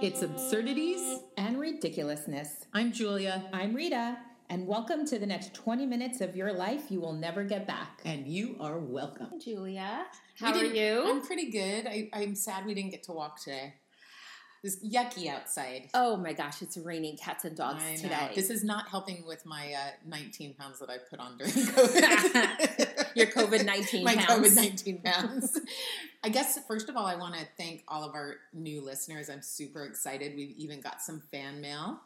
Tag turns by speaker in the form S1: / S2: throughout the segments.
S1: It's Absurdities.
S2: and ridiculousness.
S1: I'm Julia,
S2: I'm Rita, and welcome to the next 20 minutes of your life you will never get back.
S1: and you are welcome.
S3: Julia. How
S4: We
S3: are
S4: didn't-
S3: you?
S4: I'm pretty good. I, I'm sad we didn't get to walk today. It's yucky outside.
S3: Oh my gosh, it's raining cats and dogs
S4: I know.
S3: today.
S4: This is not helping with my uh, 19 pounds that I put on during COVID.
S3: Your COVID 19
S4: my
S3: pounds.
S4: COVID 19 pounds. I guess, first of all, I want to thank all of our new listeners. I'm super excited. We've even got some fan mail.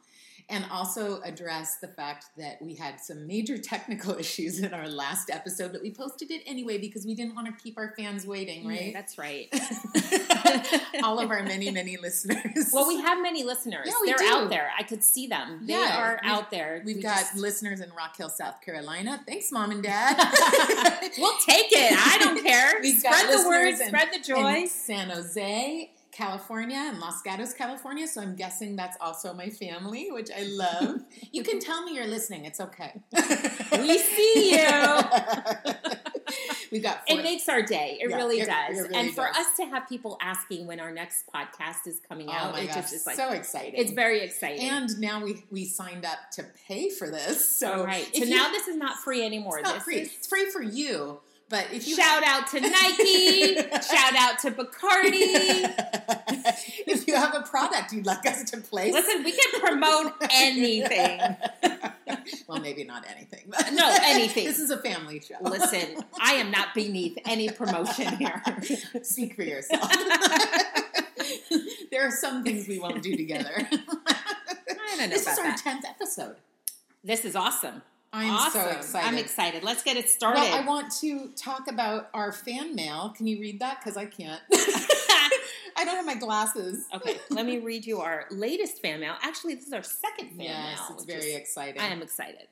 S4: And also address the fact that we had some major technical issues in our last episode, but we posted it anyway because we didn't want to keep our fans waiting,
S3: Mm,
S4: right?
S3: That's right.
S4: all of our many, many listeners.
S3: Well, we have many listeners.
S4: Yeah, we
S3: They're
S4: do.
S3: out there. I could see them. They
S4: Yeah,
S3: are
S4: we've-
S3: out there.
S4: We've
S3: We
S4: got
S3: just-
S4: listeners in Rock Hill, South Carolina. Thanks, mom and dad.
S3: we'll take it. I don't care.
S4: We've got
S3: spread the word,
S4: listeners and-
S3: spread the joy.
S4: in San Jose, California, and Los Gatos, California. So I'm guessing that's also my family, which I love. you can tell me you're listening. It's okay.
S3: we see you.
S4: We've got
S3: It
S4: four-
S3: makes our day. It
S4: Yeah,
S3: really
S4: it- it
S3: does.
S4: really
S3: and for
S4: does.
S3: us to have people asking when our next podcast is coming
S4: Oh
S3: out,
S4: my
S3: it
S4: gosh,
S3: just is like
S4: so exciting.
S3: it's very exciting.
S4: and now we we signed up to pay for this. So
S3: All right. So
S4: if you-
S3: now this is not free anymore.
S4: it's not
S3: this
S4: free.
S3: is
S4: It's free for you. But if you
S3: Shout out to Nike. shout out to Bacardi.
S4: if you have a product you'd like us to place,
S3: Listen, we can promote anything.
S4: well, maybe not anything. But
S3: No, anything.
S4: This is a family show.
S3: Listen, I am not beneath any promotion here.
S4: Speak for yourself. there are some things we won't do together.
S3: I don't know
S4: This
S3: about
S4: is our
S3: that.
S4: tenth episode.
S3: This is awesome.
S4: I'm
S3: awesome.
S4: so excited.
S3: I'm excited. Let's get it started.
S4: Well, I want to talk about our fan mail. Can you read that? Because I can't. I don't have my glasses.
S3: okay, let me read you our latest fan mail. Actually, this is our second fan
S4: Yes,
S3: mail.
S4: it's
S3: which
S4: very
S3: is-
S4: exciting.
S3: I am excited.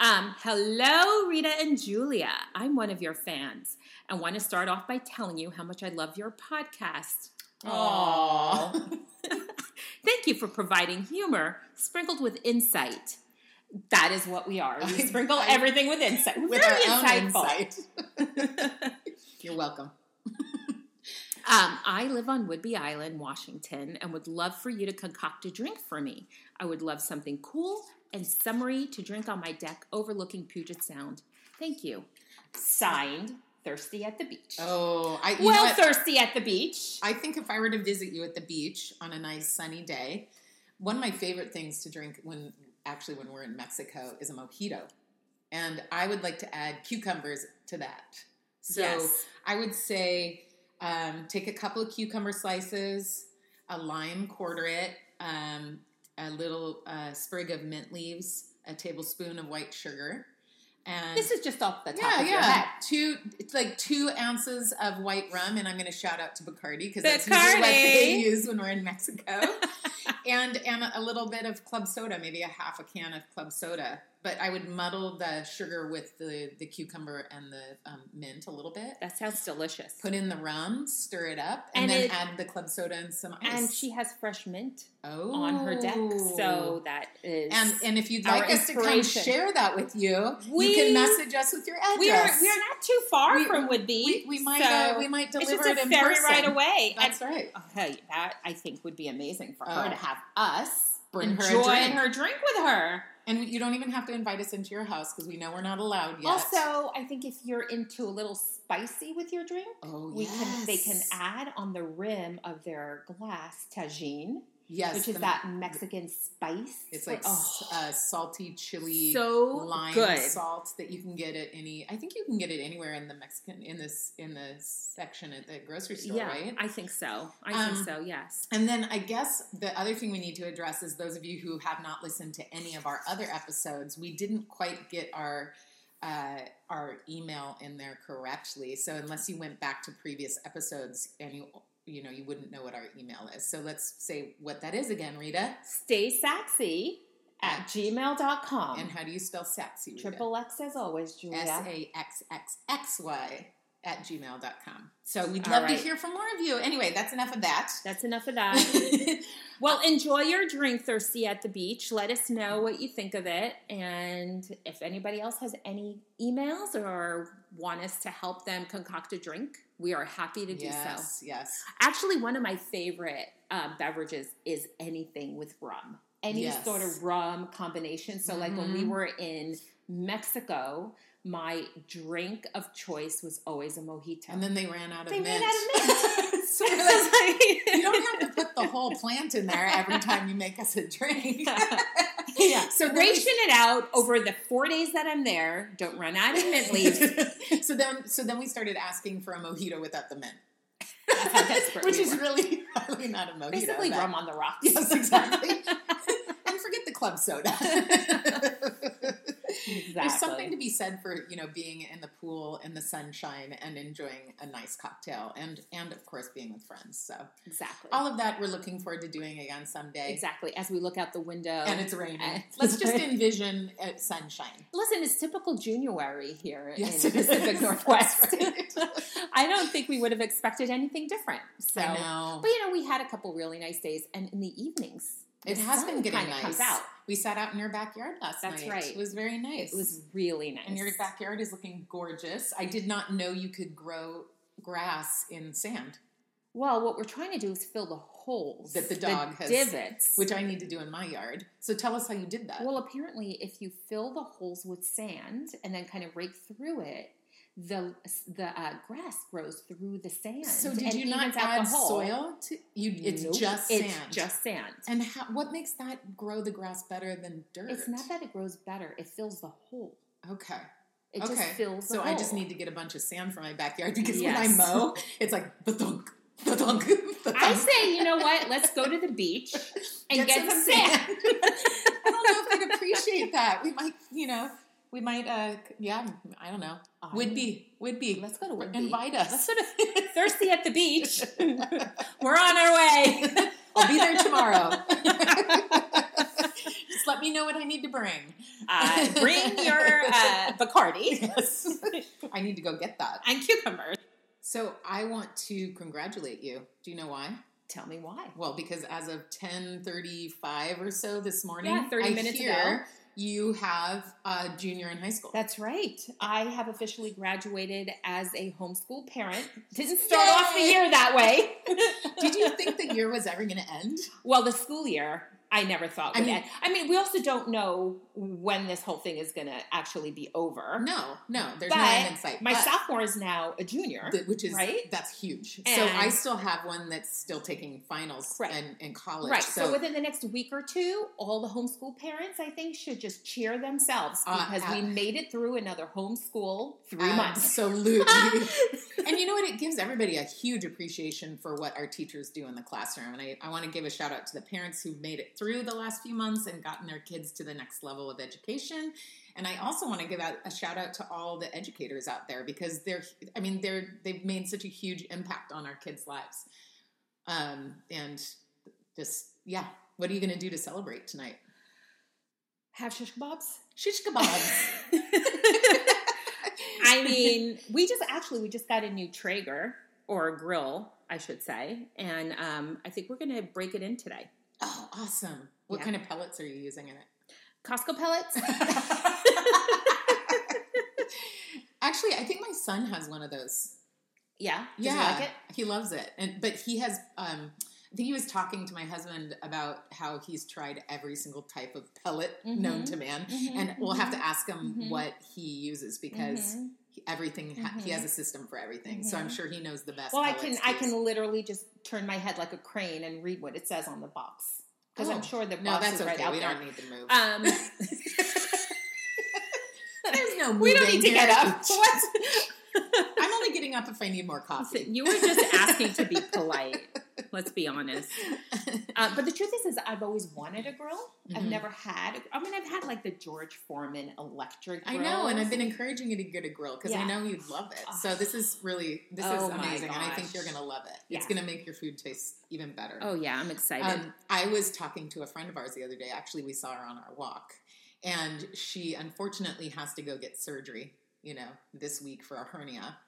S3: Um, hello, Rita and Julia. I'm one of your fans and want to start off by telling you how much I love your podcast.
S4: Aw.
S3: Thank you for providing humor sprinkled with insight. That is what we are. We
S4: I-
S3: sprinkle
S4: I-
S3: everything with insight. We're
S4: With
S3: very
S4: our own
S3: insightful.
S4: insight. You're welcome.
S3: Um, I live on Woodby Island, Washington, and would love for you to concoct a drink for me. I would love something cool and summery to drink on my deck overlooking Puget Sound. Thank you. Signed, Thirsty at the Beach.
S4: Oh, I you know
S3: well,
S4: what?
S3: Thirsty at the Beach.
S4: I think if I were to visit you at the beach on a nice sunny day, one of my favorite things to drink when actually when we're in Mexico is a mojito. And I would like to add cucumbers to that. So
S3: Yes.
S4: I would say um, take a couple of cucumber slices, a lime, quarter it, um, a little uh, sprig of mint leaves, a tablespoon of white sugar, and
S3: This is just off the top
S4: um, yeah,
S3: of
S4: yeah.
S3: your head.
S4: Two, it's like two ounces of white rum, and I'm going to shout out to Bacardi because that's usually what they
S3: Bacardi.
S4: use when we're in Mexico, and and a little bit of club soda, maybe a half a can of club soda. But I would muddle the sugar with the the cucumber and the um, mint a little bit.
S3: That sounds delicious.
S4: Put in the rum, stir it up, and,
S3: And
S4: then
S3: it-
S4: add the club soda and some ice.
S3: and she has fresh mint
S4: oh.
S3: on her deck, so that is
S4: And, and if you'd
S3: Our
S4: like us to come
S3: inspiration.
S4: share that with you,
S3: We-
S4: you can message us with your address.
S3: we are we are not too far
S4: We-
S3: from Woodby.
S4: We, we might
S3: so
S4: uh, we might
S3: it's
S4: deliver
S3: just a
S4: it in
S3: ferry
S4: person.
S3: right away.
S4: That's right.
S3: and, okay, that I think would be amazing for
S4: Oh.
S3: her to have us
S4: Bring her a
S3: enjoy
S4: drink.
S3: her drink with her.
S4: And you don't even have to invite us into your house because we know we're not allowed yet.
S3: Also, I think if you're into a little spicy with your drink,
S4: oh,
S3: we can they can
S4: yes.
S3: add on the rim of their glass tagine,
S4: yes,
S3: which is
S4: the-
S3: that Mexican spice.
S4: It's like s
S3: oh,
S4: uh, salty chili
S3: so
S4: lime
S3: good.
S4: salt that you can get at any. I think you can get it anywhere in the Mexican in this in the section at the grocery store,
S3: yeah,
S4: right?
S3: I think so. I
S4: Um,
S3: think so. Yes.
S4: And then I guess the other thing we need to address is those of you who have not listened to any of our other episodes, we didn't quite get our uh, our email in there correctly. So unless you went back to previous episodes and you you know you wouldn't know what our email is. So let's say what that is again, Rita.
S3: Stay sexy at gmail.com.
S4: And how do you spell sexy? Rita?
S3: Triple X as always,
S4: S
S3: Julia.
S4: A X X X Y at gmail.com. So we'd
S3: All
S4: love
S3: right.
S4: to hear from more of you. Anyway, that's enough of that.
S3: That's enough of that. well, enjoy your drink, Thirsty, at the beach. Let us know what you think of it. And if anybody else has any emails or want us to help them concoct a drink, we are happy to do so.
S4: yes, yes.
S3: Actually, one of my favorite uh, beverages is anything with rum, any
S4: Yes.
S3: sort of rum combination. So, like when we
S4: Mhm.
S3: were in Mexico, my drink of choice was always a mojito.
S4: And then they ran out of
S3: They
S4: mint.
S3: ran out
S4: so we're like, you don't have to put the whole plant in there every time you make us a drink.
S3: yeah.
S4: So
S3: So
S4: then
S3: ration it out over the four days that I'm there. Don't run out of mint leaves.
S4: so then, so then we started asking for a mojito without the mint,
S3: That's how desperate
S4: which
S3: we
S4: is
S3: were.
S4: really, really not a mojito.
S3: basically
S4: but-
S3: rum on the rocks.
S4: Yes, exactly. and forget the club soda.
S3: exactly.
S4: There's something to be said for you know being in the pool in the sunshine and enjoying a nice cocktail, and and of course being with friends. So
S3: exactly.
S4: all of that we're looking forward to doing again someday.
S3: exactly. As we look out the window,
S4: And it's raining.
S3: And-
S4: Let's just envision uh, sunshine.
S3: Listen, it's typical January here
S4: Yes,
S3: in
S4: it
S3: the Pacific
S4: is.
S3: Northwest.
S4: That's
S3: I don't think we would have expected anything different. So,
S4: I know.
S3: but you know, we had a couple really nice days, and in the evenings,
S4: It
S3: the
S4: has been
S3: sun
S4: getting
S3: kinda
S4: nice.
S3: Comes out.
S4: We sat out in your backyard last
S3: That's
S4: night.
S3: right.
S4: It was very nice.
S3: It was really nice.
S4: and your backyard is looking gorgeous. I did not know you could grow grass in sand,
S3: Well, what we're trying to do is fill the holes
S4: That the dog has-
S3: divots.
S4: which uh, I need to do in my yard. So tell us how you did that.
S3: well, apparently, if you fill the holes with sand and then kind of rake through it, the the uh, grass grows through the sand.
S4: so did
S3: and
S4: you not
S3: evens out
S4: add
S3: the hole.
S4: soil? To, you it's
S3: Nope.
S4: just sand.
S3: It's just sand.
S4: and how, what makes that grow the grass better than dirt?
S3: It's not that it grows better; it fills the hole.
S4: okay.
S3: It
S4: okay.
S3: just fills. The
S4: so I just
S3: hole.
S4: need to get a bunch of sand for my backyard because
S3: Yes.
S4: when I mow, it's like the thunk, the thunk, the thunk.
S3: I say, you know what? Let's go to the beach and get, some sand.
S4: I don't know if they'd appreciate that. We might, you know, we might, uh, yeah, I don't know. Would be, would be.
S3: Let's go to Whitby.
S4: invite us.
S3: Let's go to thirsty at the beach. We're on our way.
S4: I'll be there tomorrow. Just let me know what I need to bring.
S3: Uh, bring your uh, Bacardi
S4: Yes, I need to go get that.
S3: and cucumbers.
S4: So I want to congratulate you. Do you know why?
S3: Tell me why.
S4: Well, because as of ten thirty-five or so this morning,
S3: Yeah, 30
S4: I
S3: minutes
S4: hear
S3: ago.
S4: you have a junior in high school.
S3: That's right. I have officially graduated as a homeschool parent. Didn't start off the
S4: Yay!
S3: year that way.
S4: Did you think the year was ever going to end?
S3: Well, the school year, I never thought
S4: I
S3: would I
S4: mean-
S3: mean, end. I mean, we also don't know when this whole thing is going to actually be over.
S4: No, no, there's no
S3: But
S4: end in sight.
S3: My
S4: But-
S3: sophomore is now a junior.
S4: th- which is
S3: right?
S4: that's huge. so
S3: And-
S4: I still have one that's still taking finals
S3: Right.
S4: and in college.
S3: Right.
S4: So,
S3: So, within the next week or two, all the homeschool parents, I think, should just cheer themselves
S4: Uh,
S3: because we
S4: uh,
S3: made it through another homeschool um, three months.
S4: absolutely. and you know what? It gives everybody a huge appreciation for what our teachers do in the classroom. And I, I want to give a shout out to the parents who've made it through the last few months and gotten their kids to the next level of education. And I also want to give out a shout out to all the educators out there because they're, I mean, they're they've made such a huge impact on our kids' lives. Um, and just yeah, what are you going to do to celebrate tonight?
S3: Have shish kebabs.
S4: Shish kebabs.
S3: I mean, we just actually we just got a new Traeger or grill, I should say, and um, I think we're gonna break it in today.
S4: oh, awesome. What
S3: Yeah.
S4: kind of pellets are you using in it?
S3: Costco pellets.
S4: Actually, I think my son has one of those.
S3: yeah. Does
S4: yeah,
S3: He like it?
S4: he loves it. And but he has. Um, I think he was talking to my husband about how he's tried every single type of pellet known
S3: Mhm.
S4: to man,
S3: Mhm,
S4: and we'll have
S3: mhm,
S4: to ask him
S3: Mhm.
S4: what he uses because
S3: mhm.
S4: he- everything ha- he
S3: Mhm.
S4: has a system for everything. So I'm
S3: Mhm.
S4: sure he knows the best.
S3: Well, I can
S4: pellets
S3: I
S4: to
S3: can
S4: use.
S3: literally just turn my head like a crane and read what it says on the box because
S4: Oh.
S3: I'm sure the box
S4: No, that's
S3: is
S4: okay.
S3: right out
S4: we
S3: there.
S4: don't need to move.
S3: Um,
S4: There's no.
S3: we don't
S4: moving
S3: need to get
S4: here.
S3: up. What?
S4: I'm only getting up if I need more coffee.
S3: You were just asking to be polite. Let's be honest. Uh, but the truth is, is I've always wanted a grill. I've
S4: Mhm.
S3: never had. I mean, I've had like the George Foreman electric.
S4: I know, and
S3: grills.
S4: I've been encouraging you to get a grill because I
S3: Yeah.
S4: know you'd love it.
S3: Ugh.
S4: So this is really this
S3: Oh
S4: is
S3: my
S4: amazing, and I think
S3: gosh.
S4: you're gonna love it. It's
S3: Yeah.
S4: gonna make your food taste even better.
S3: Oh yeah, I'm excited.
S4: Um, I was talking to a friend of ours the other day. Actually, we saw her on our walk, and she unfortunately has to go get surgery. You know, this week for a hernia.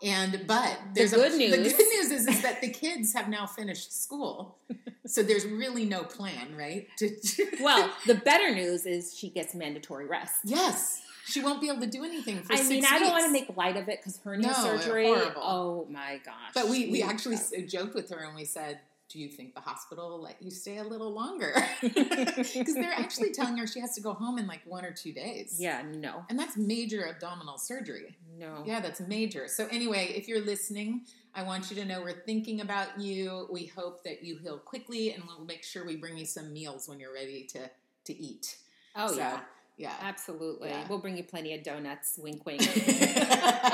S4: And but there's
S3: good
S4: a, The
S3: news.
S4: good news is, is that the kids have now finished school, so there's really no plan, right? To,
S3: Well, the better news is she gets mandatory rest.
S4: yes, she won't be able to do anything for
S3: I
S4: six
S3: mean, I don't want to
S4: weeks.
S3: make light of it because hernia
S4: No,
S3: surgery.
S4: horrible.
S3: Oh my gosh!
S4: But we we actually s- joked with her and we said, "Do you think the hospital will let you stay a little longer?" Because they're actually telling her she has to go home in like one or two days.
S3: yeah, Oh. no,
S4: and that's major abdominal surgery.
S3: no.
S4: Yeah, that's major. So, anyway, if you're listening, I want you to know we're thinking about you. We hope that you heal quickly, and we'll make sure we bring you some meals when you're ready to to eat.
S3: Oh
S4: So,
S3: yeah,
S4: yeah.
S3: absolutely.
S4: Yeah.
S3: We'll bring you plenty of donuts. Wink, wink. Uh,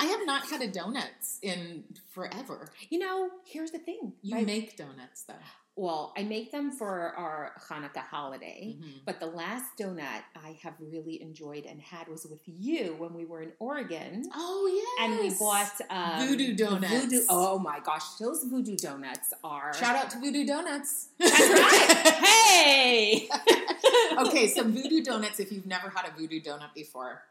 S4: I have not had a donuts in forever.
S3: you know, here's the thing.
S4: You
S3: right?
S4: make donuts though.
S3: well, I make them for our Hanukkah holiday.
S4: Mhm.
S3: But the last donut I have really enjoyed and had was with you when we were in Oregon.
S4: Oh yeah,
S3: And we bought um,
S4: Voodoo donuts.
S3: Voodoo, oh my gosh, those voodoo donuts are
S4: Shout out to Voodoo Donuts.
S3: That's right. hey.
S4: okay, so Voodoo Donuts. If you've never had a Voodoo Donut before,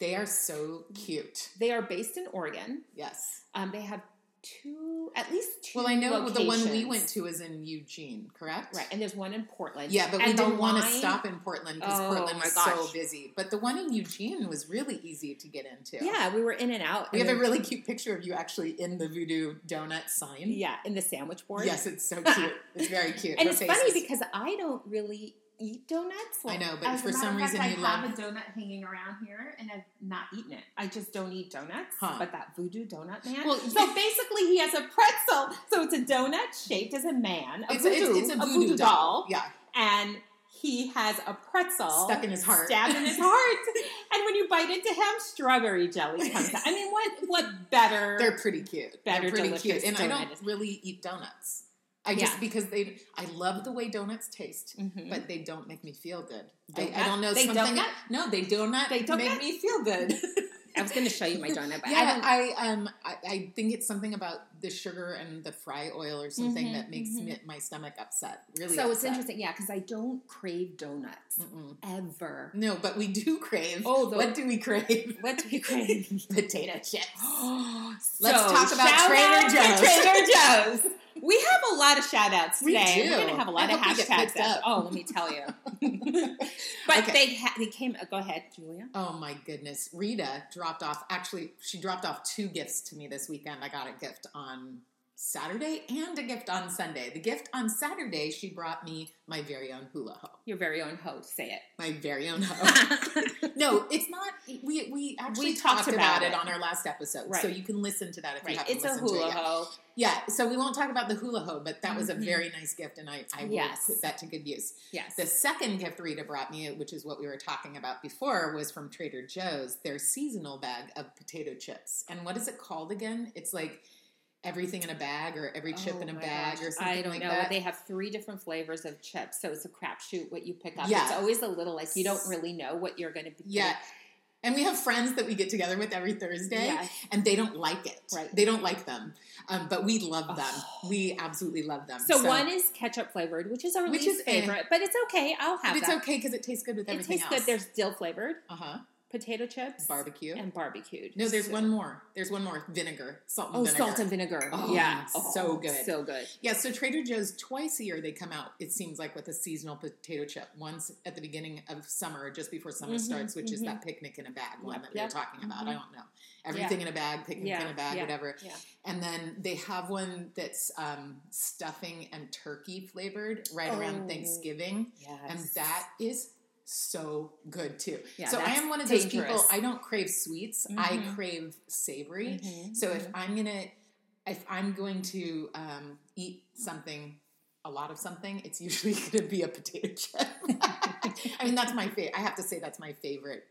S4: they are so cute.
S3: They are based in Oregon.
S4: Yes.
S3: Um, they have two, at least two.
S4: Well, I know the one we
S3: locations.
S4: went to is in Eugene, correct?
S3: Right, and there's one in Portland.
S4: Yeah, but we
S3: And the
S4: didn't want to
S3: line-
S4: stop in Portland because
S3: Oh,
S4: Portland
S3: my
S4: was
S3: gosh.
S4: so busy. But the one in Eugene was really easy to get into.
S3: Yeah, we were in and out.
S4: We
S3: and
S4: have a
S3: then-
S4: really cute picture of you actually in the Voodoo Donut sign.
S3: yeah in the sandwich board.
S4: Yes, it's so cute. It's very cute.
S3: and
S4: Her
S3: it's
S4: face
S3: funny
S4: is-
S3: because I don't really eat donuts.
S4: I know, but
S3: as a
S4: for some
S3: matter of fact,
S4: reason you
S3: I have a donut hanging around here, and I've not eaten it. I just don't eat donuts.
S4: Huh.
S3: But that voodoo donut man.
S4: Well,
S3: so basically, he has a pretzel. So it's a donut shaped as a man, a
S4: it's,
S3: voodoo,
S4: it's, it's a voodoo,
S3: voodoo doll,
S4: Yeah,
S3: and he has a pretzel
S4: stuck in his heart.
S3: stabbed in his heart. and when you bite into him, strawberry jelly comes out. I mean, what what better?
S4: They're pretty cute.
S3: Better
S4: They're pretty
S3: delicious
S4: cute. And I don't
S3: donuts.
S4: really eat donuts. I just
S3: Yeah.
S4: because they I love the way donuts taste,
S3: Mhm.
S4: but they don't make me feel good. I,
S3: Donut?
S4: I don't know
S3: Oh, They
S4: something.
S3: donut?
S4: No, they do not
S3: They donut?
S4: make me feel good.
S3: I was going to show you my donut, but I
S4: yeah,
S3: don't.
S4: I, um I, I think it's something about the sugar and the fry oil or something
S3: Mhm,
S4: that makes
S3: mhm.
S4: me, my stomach upset. Really,
S3: so it's
S4: upset.
S3: interesting, yeah, because I don't crave donuts
S4: Mm-mm.
S3: ever.
S4: No, but we do crave.
S3: Mm. Oh, the-
S4: what do we crave?
S3: What do you crave?
S4: Potato chips.
S3: Let's
S4: talk about Trader Joe's.
S3: Trader Joe's. We have a lot of shout outs
S4: We
S3: today.
S4: do.
S3: We're going to have a lot
S4: I
S3: of
S4: hope we get
S3: hashtags.
S4: picked up.
S3: Up. Oh, let me tell you. but
S4: Okay.
S3: they ha- they came. go ahead, Julia.
S4: Oh my goodness. Rita dropped off, actually, she dropped off two gifts to me this weekend. I got a gift on Saturday and a gift on Sunday. The gift on Saturday, she brought me my very own hula hoop.
S3: Your very own host. Say
S4: My very own hoop.
S3: it.
S4: no, it's not. We, we actually
S3: We
S4: talked,
S3: talked
S4: about,
S3: about
S4: it.
S3: it.
S4: on our last episode. So
S3: Right.
S4: you can listen to that if you
S3: right.
S4: haven't
S3: It's a
S4: listened to
S3: hula
S4: it yet.
S3: ho.
S4: Yeah. So we won't talk about the hula hoop, but that was a
S3: Mhm.
S4: very nice gift and I, I will
S3: Yes.
S4: put that to good use.
S3: Yes.
S4: The second gift Rita brought me, which is what we were talking about before, was from Trader Joe's, their seasonal bag of potato chips. And what is it called again? It's like everything in a bag or every chip
S3: Oh
S4: in a
S3: my
S4: bag
S3: gosh,
S4: or something
S3: I don't
S4: like
S3: know.
S4: that.
S3: They have three different flavors of chips, so it's a crapshoot what you pick up.
S4: Yeah.
S3: It's always a little like you don't really know what you're going to be.
S4: yeah. And we have friends that we get together with every Thursday,
S3: Yeah.
S4: and they don't like it.
S3: Right.
S4: They don't like them, um, but we love them.
S3: Oh.
S4: We absolutely love them.
S3: So, one is ketchup flavored, which is our
S4: Which
S3: least
S4: is, eh.
S3: favorite, but it's okay. I'll
S4: but
S3: have
S4: it's
S3: that.
S4: okay because it tastes good with
S3: It
S4: everything
S3: tastes
S4: else.
S3: good. There's dill flavored,
S4: uh huh
S3: potato chips,
S4: barbecue.
S3: and barbecued.
S4: no, there's
S3: So-
S4: one more. There's one more vinegar, salt and
S3: Oh,
S4: vinegar.
S3: salt and vinegar.
S4: Oh,
S3: yeah,
S4: it's so good.
S3: so good.
S4: Yeah, so Trader Joe's twice a year they come out. It seems like with a seasonal potato chip. Once at the beginning of summer, just before summer
S3: Mhm,
S4: starts, which is
S3: mhm.
S4: that picnic in a bag one
S3: Yep,
S4: that we
S3: yep,
S4: were talking about. I
S3: mhm.
S4: don't know everything in a bag, picnic in
S3: Yeah,
S4: a bag,
S3: yeah,
S4: whatever.
S3: yeah.
S4: And then they have one that's um, stuffing and turkey flavored right
S3: Oh.
S4: around Thanksgiving,
S3: Yes.
S4: and that is so good too.
S3: Yeah,
S4: so I
S3: that's
S4: am one of those people.
S3: dangerous.
S4: I don't crave sweets.
S3: Mhm.
S4: I crave savory.
S3: Mhm,
S4: So if
S3: mhm.
S4: I'm gonna, if I'm going to um, eat something, a lot of something, it's usually gonna be a potato chip. I mean, that's my favorite. I have to say that's my favorite.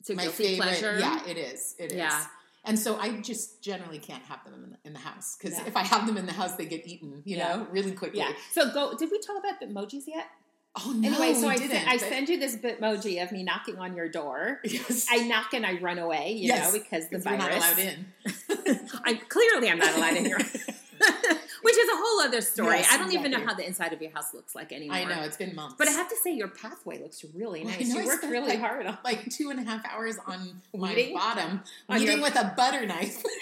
S3: it's a
S4: my
S3: guilty
S4: favorite.
S3: pleasure.
S4: Yeah, it is. It is.
S3: Yeah.
S4: And so I just generally can't have them in the, in the house because
S3: Yeah.
S4: if I have them in the house, they get eaten. You
S3: Yeah.
S4: know, really quickly.
S3: Yeah. So go. Did we talk about Bitmojis yet?
S4: Oh no,
S3: anyway, so
S4: we
S3: I, sen-
S4: didn't.
S3: I
S4: but-
S3: send you this Bitmoji of me knocking on your door.
S4: Yes.
S3: I knock and I run away, you
S4: Yes,
S3: know, because the
S4: We're
S3: virus.
S4: not allowed in.
S3: I clearly I'm not allowed in here, which is a whole other story.
S2: Yes,
S3: I don't even know
S2: exactly.
S3: how the inside of your house looks like anymore.
S4: I know it's been months,
S3: But I have to say, your pathway looks really
S4: Well, I
S3: nice.
S4: know I
S3: you worked
S4: spent,
S3: really
S4: like,
S3: hard on
S4: like two and a half hours on my
S3: Weeding?
S4: bottom,
S3: On
S4: weeding
S3: your-
S4: with a butter knife.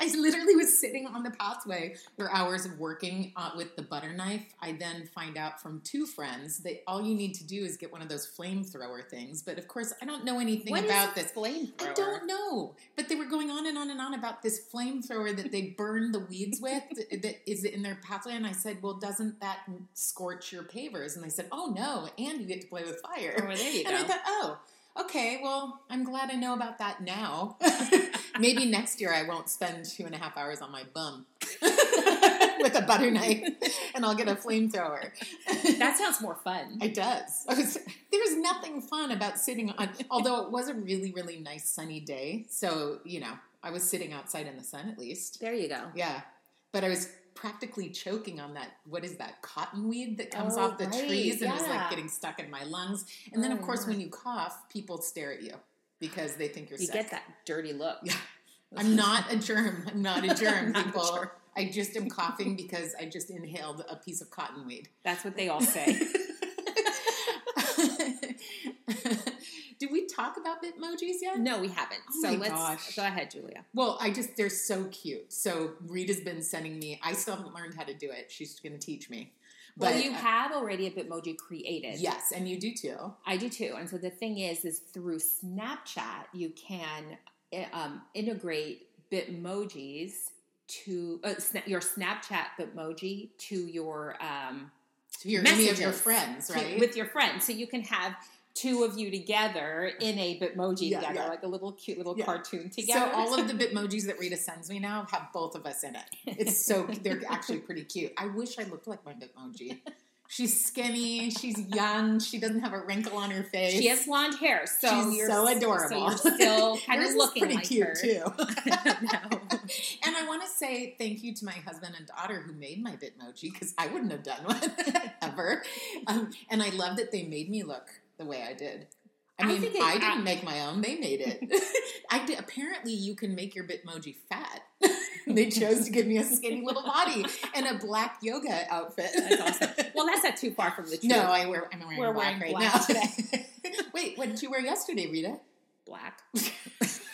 S4: I literally was sitting on the pathway for hours of working uh, with the butter knife. I then find out from two friends that all you need to do is get one of those flamethrower things. But of course, I don't know anything
S3: What is
S4: about this.
S3: flame.
S4: I don't know. But they were going on and on and on about this flamethrower that they burn the weeds with that is in their pathway. And I said, Well, doesn't that scorch your pavers? And they said, Oh, no. And you get to play with fire.
S3: Oh, there you
S4: And I
S3: go.
S4: thought, oh, okay, well, I'm glad I know about that now. Maybe next year I won't spend two and a half hours on my bum with a butter knife and I'll get a flamethrower.
S3: That sounds more fun.
S4: It does. I was, there was nothing fun about sitting on, although it was a really, really nice sunny day. So, you know, I was sitting outside in the sun at least.
S3: There you go.
S4: Yeah. But I was practically choking on that, what is that, cottonweed that comes
S3: Oh,
S4: off the
S3: right,
S4: trees and is like
S3: yeah.
S4: getting stuck in my lungs. And then,
S3: Oh,
S4: of course,
S3: yeah.
S4: when you cough, people stare at you because they think you're
S3: You
S4: sick.
S3: get that dirty look.
S4: Yeah. I'm not a germ. I'm not a germ,
S3: Not a
S4: people.
S3: germ.
S4: I just am coughing because I just inhaled a piece of cottonweed.
S3: That's what they all say.
S4: Did we talk about Bitmojis yet?
S3: no, we haven't.
S4: Oh
S3: so
S4: my
S3: let's
S4: gosh.
S3: go ahead, Julia.
S4: Well, I just, they're so cute. So Rita's been sending me, I still haven't learned how to do it. She's going to teach me.
S3: Well,
S4: But,
S3: you
S4: uh,
S3: have already a Bitmoji created.
S4: Yes, and you do too.
S3: I do too. And so the thing is, is through Snapchat, you can i- um, integrate Bitmojis to uh, sna- your Snapchat Bitmoji to your um,
S4: To your, any of your
S3: Messages.
S4: friends,
S3: to-
S4: right?
S3: with your friends. So you can have two of you together in a Bitmoji
S4: Yeah,
S3: together,
S4: yeah.
S3: like a little cute little
S4: Yeah.
S3: cartoon
S4: so
S3: together.
S4: all of the Bitmojis that Rita sends me now have both of us in it. It's so they're actually pretty cute. I wish I looked like my Bitmoji. She's skinny. She's young. She doesn't have a wrinkle on her face.
S3: she has blonde hair, so
S4: She's
S3: you're
S4: so
S3: s-
S4: adorable.
S3: So you're still kind
S4: Yours
S3: of
S4: is
S3: looking
S4: pretty
S3: like
S4: cute
S3: her.
S4: too.
S3: No.
S4: And I want to say thank you to my husband and daughter who made my Bitmoji because I wouldn't have done one ever. Um, and I love that they made me look the way I did. I
S3: I
S4: mean,
S3: think it-
S4: I didn't make my own; they made it. I did, apparently, you can make your Bitmoji fat. they chose to give me a skinny little body and a black yoga outfit.
S3: That's awesome. Well, that's not too far from the truth.
S4: No, I wear. I'm wearing
S3: We're
S4: black
S3: wearing
S4: right
S3: black
S4: now
S3: today.
S4: Wait, what did you wear yesterday, Rita?
S3: black.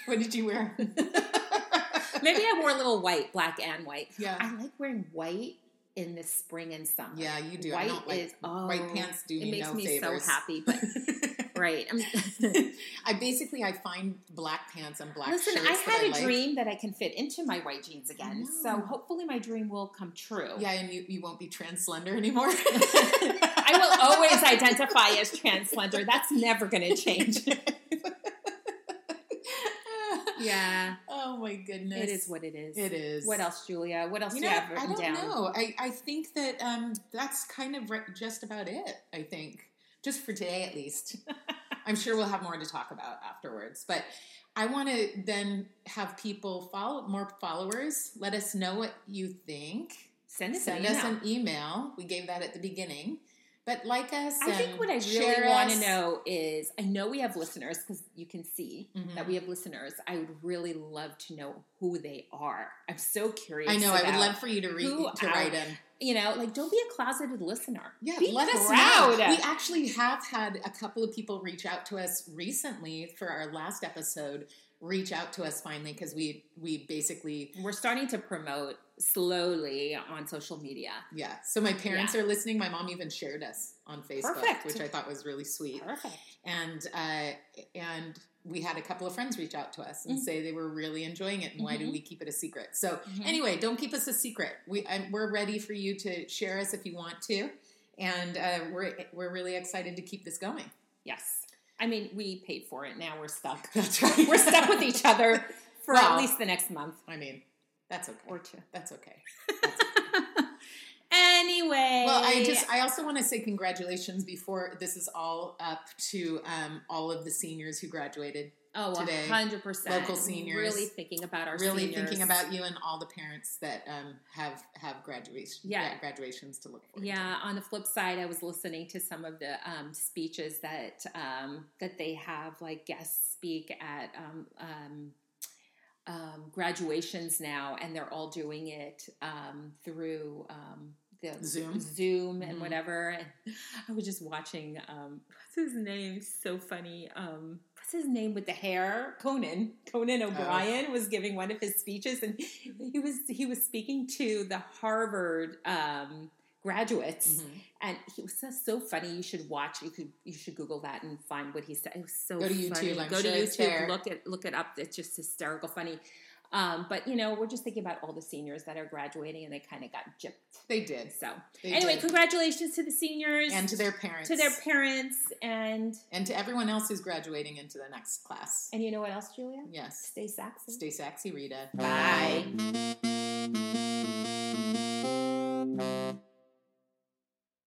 S4: What did you wear?
S3: Maybe I wore a little white, black and white.
S4: yeah,
S3: I like wearing white in the spring and summer.
S4: yeah, you do. I
S3: white
S4: don't like
S3: is oh,
S4: white pants. Do
S3: It
S4: me
S3: makes
S4: no
S3: me
S4: favors.
S3: so happy, but right. I'm,
S4: I basically I find black pants and black
S3: listen,
S4: shirts.
S3: I
S4: that
S3: had a
S4: like.
S3: dream that I can fit into my white jeans again, so
S4: know.
S3: hopefully my dream will come true.
S4: Yeah, and you, you won't be trans slender anymore.
S3: I will always identify as trans slender. That's never going to change. Yeah,
S4: oh my goodness.
S3: it is what it is.
S4: it is.
S3: What else, Julia? What else
S4: You
S3: do
S4: know,
S3: you have
S4: I
S3: written
S4: don't
S3: down?
S4: know. I, I think that um, that's kind of re- just about it, I think. Just for today, at least. I'm sure we'll have more to talk about afterwards. But I want to then have people follow more followers. Let us know what you think.
S3: Send us
S4: send
S3: an
S4: us
S3: email.
S4: an email. We gave that at the beginning. But like us,
S3: I think
S4: and
S3: what I
S4: share
S3: really want
S4: us.
S3: to know is I know we have listeners because you can see
S4: Mhm.
S3: that we have listeners. I would really love to know who they are. I'm so curious.
S4: I know. I would
S3: about-
S4: love for you to read
S3: who
S4: to write
S3: our-
S4: in.
S3: you know, like don't be a closeted listener.
S4: Yeah,
S3: be
S4: let
S3: proud.
S4: us know. We actually have had a couple of people reach out to us recently for our last episode. Reach out to us finally because we we basically
S3: We're starting to promote slowly on social media.
S4: yeah. So my parents are listening. My mom even shared us on Facebook,
S3: Perfect.
S4: which I thought was really sweet.
S3: Perfect.
S4: and uh, and we had a couple of friends reach out to us and
S3: Mhm.
S4: say they were really enjoying it and why do
S3: Mhm.
S4: we keep it a secret so
S3: Mhm.
S4: anyway don't keep us a secret we i we're ready for you to share us if you want to and uh, we're we're really excited to keep this going
S3: Yes. I mean, we paid for it. Now we're stuck.
S4: that's right
S3: we're stuck with each other for
S4: Well.
S3: at least the next month
S4: i mean that's okay
S3: or two.
S4: that's okay
S3: Anyway.
S4: Well, I just I also want to say congratulations before this is all up to um, all of the seniors who graduated.
S3: oh,
S4: today,
S3: 100%.
S4: local seniors.
S3: Really thinking about our
S4: really
S3: seniors.
S4: thinking about you and all the parents that um, have have graduation
S3: Yeah.
S4: graduations to look for.
S3: Yeah. On the flip side, I was listening to some of the um, speeches that um, that they have, like guests speak at um, um, um, graduations now, and they're all doing it um, through um, the
S4: Zoom?
S3: Zoom and
S4: Mhm.
S3: whatever. And I was just watching um, what's his name? So funny. Um, what's his name with the hair? Conan. Conan
S4: Oh.
S3: O'Brien was giving one of his speeches, and he was he was speaking to the Harvard um, graduates
S4: Mhm.
S3: and he was so, so funny. You should watch. You could you should Google that and find what he said. It was so
S4: Go to
S3: funny.
S4: YouTube, I'm
S3: Go to
S4: sure it's there.
S3: YouTube. Look it look it up. It's just hysterical funny. Um, but you know, we're just thinking about all the seniors that are graduating, and they kind of got gypped.
S4: They did.
S3: So
S4: They
S3: anyway,
S4: did.
S3: congratulations to the seniors
S4: and to their parents,
S3: to their parents, and
S4: and to everyone else who's graduating into the next class.
S3: and you know what else, Julia?
S4: Yes.
S3: Stay sexy.
S4: Stay sexy, Rita.
S3: Bye.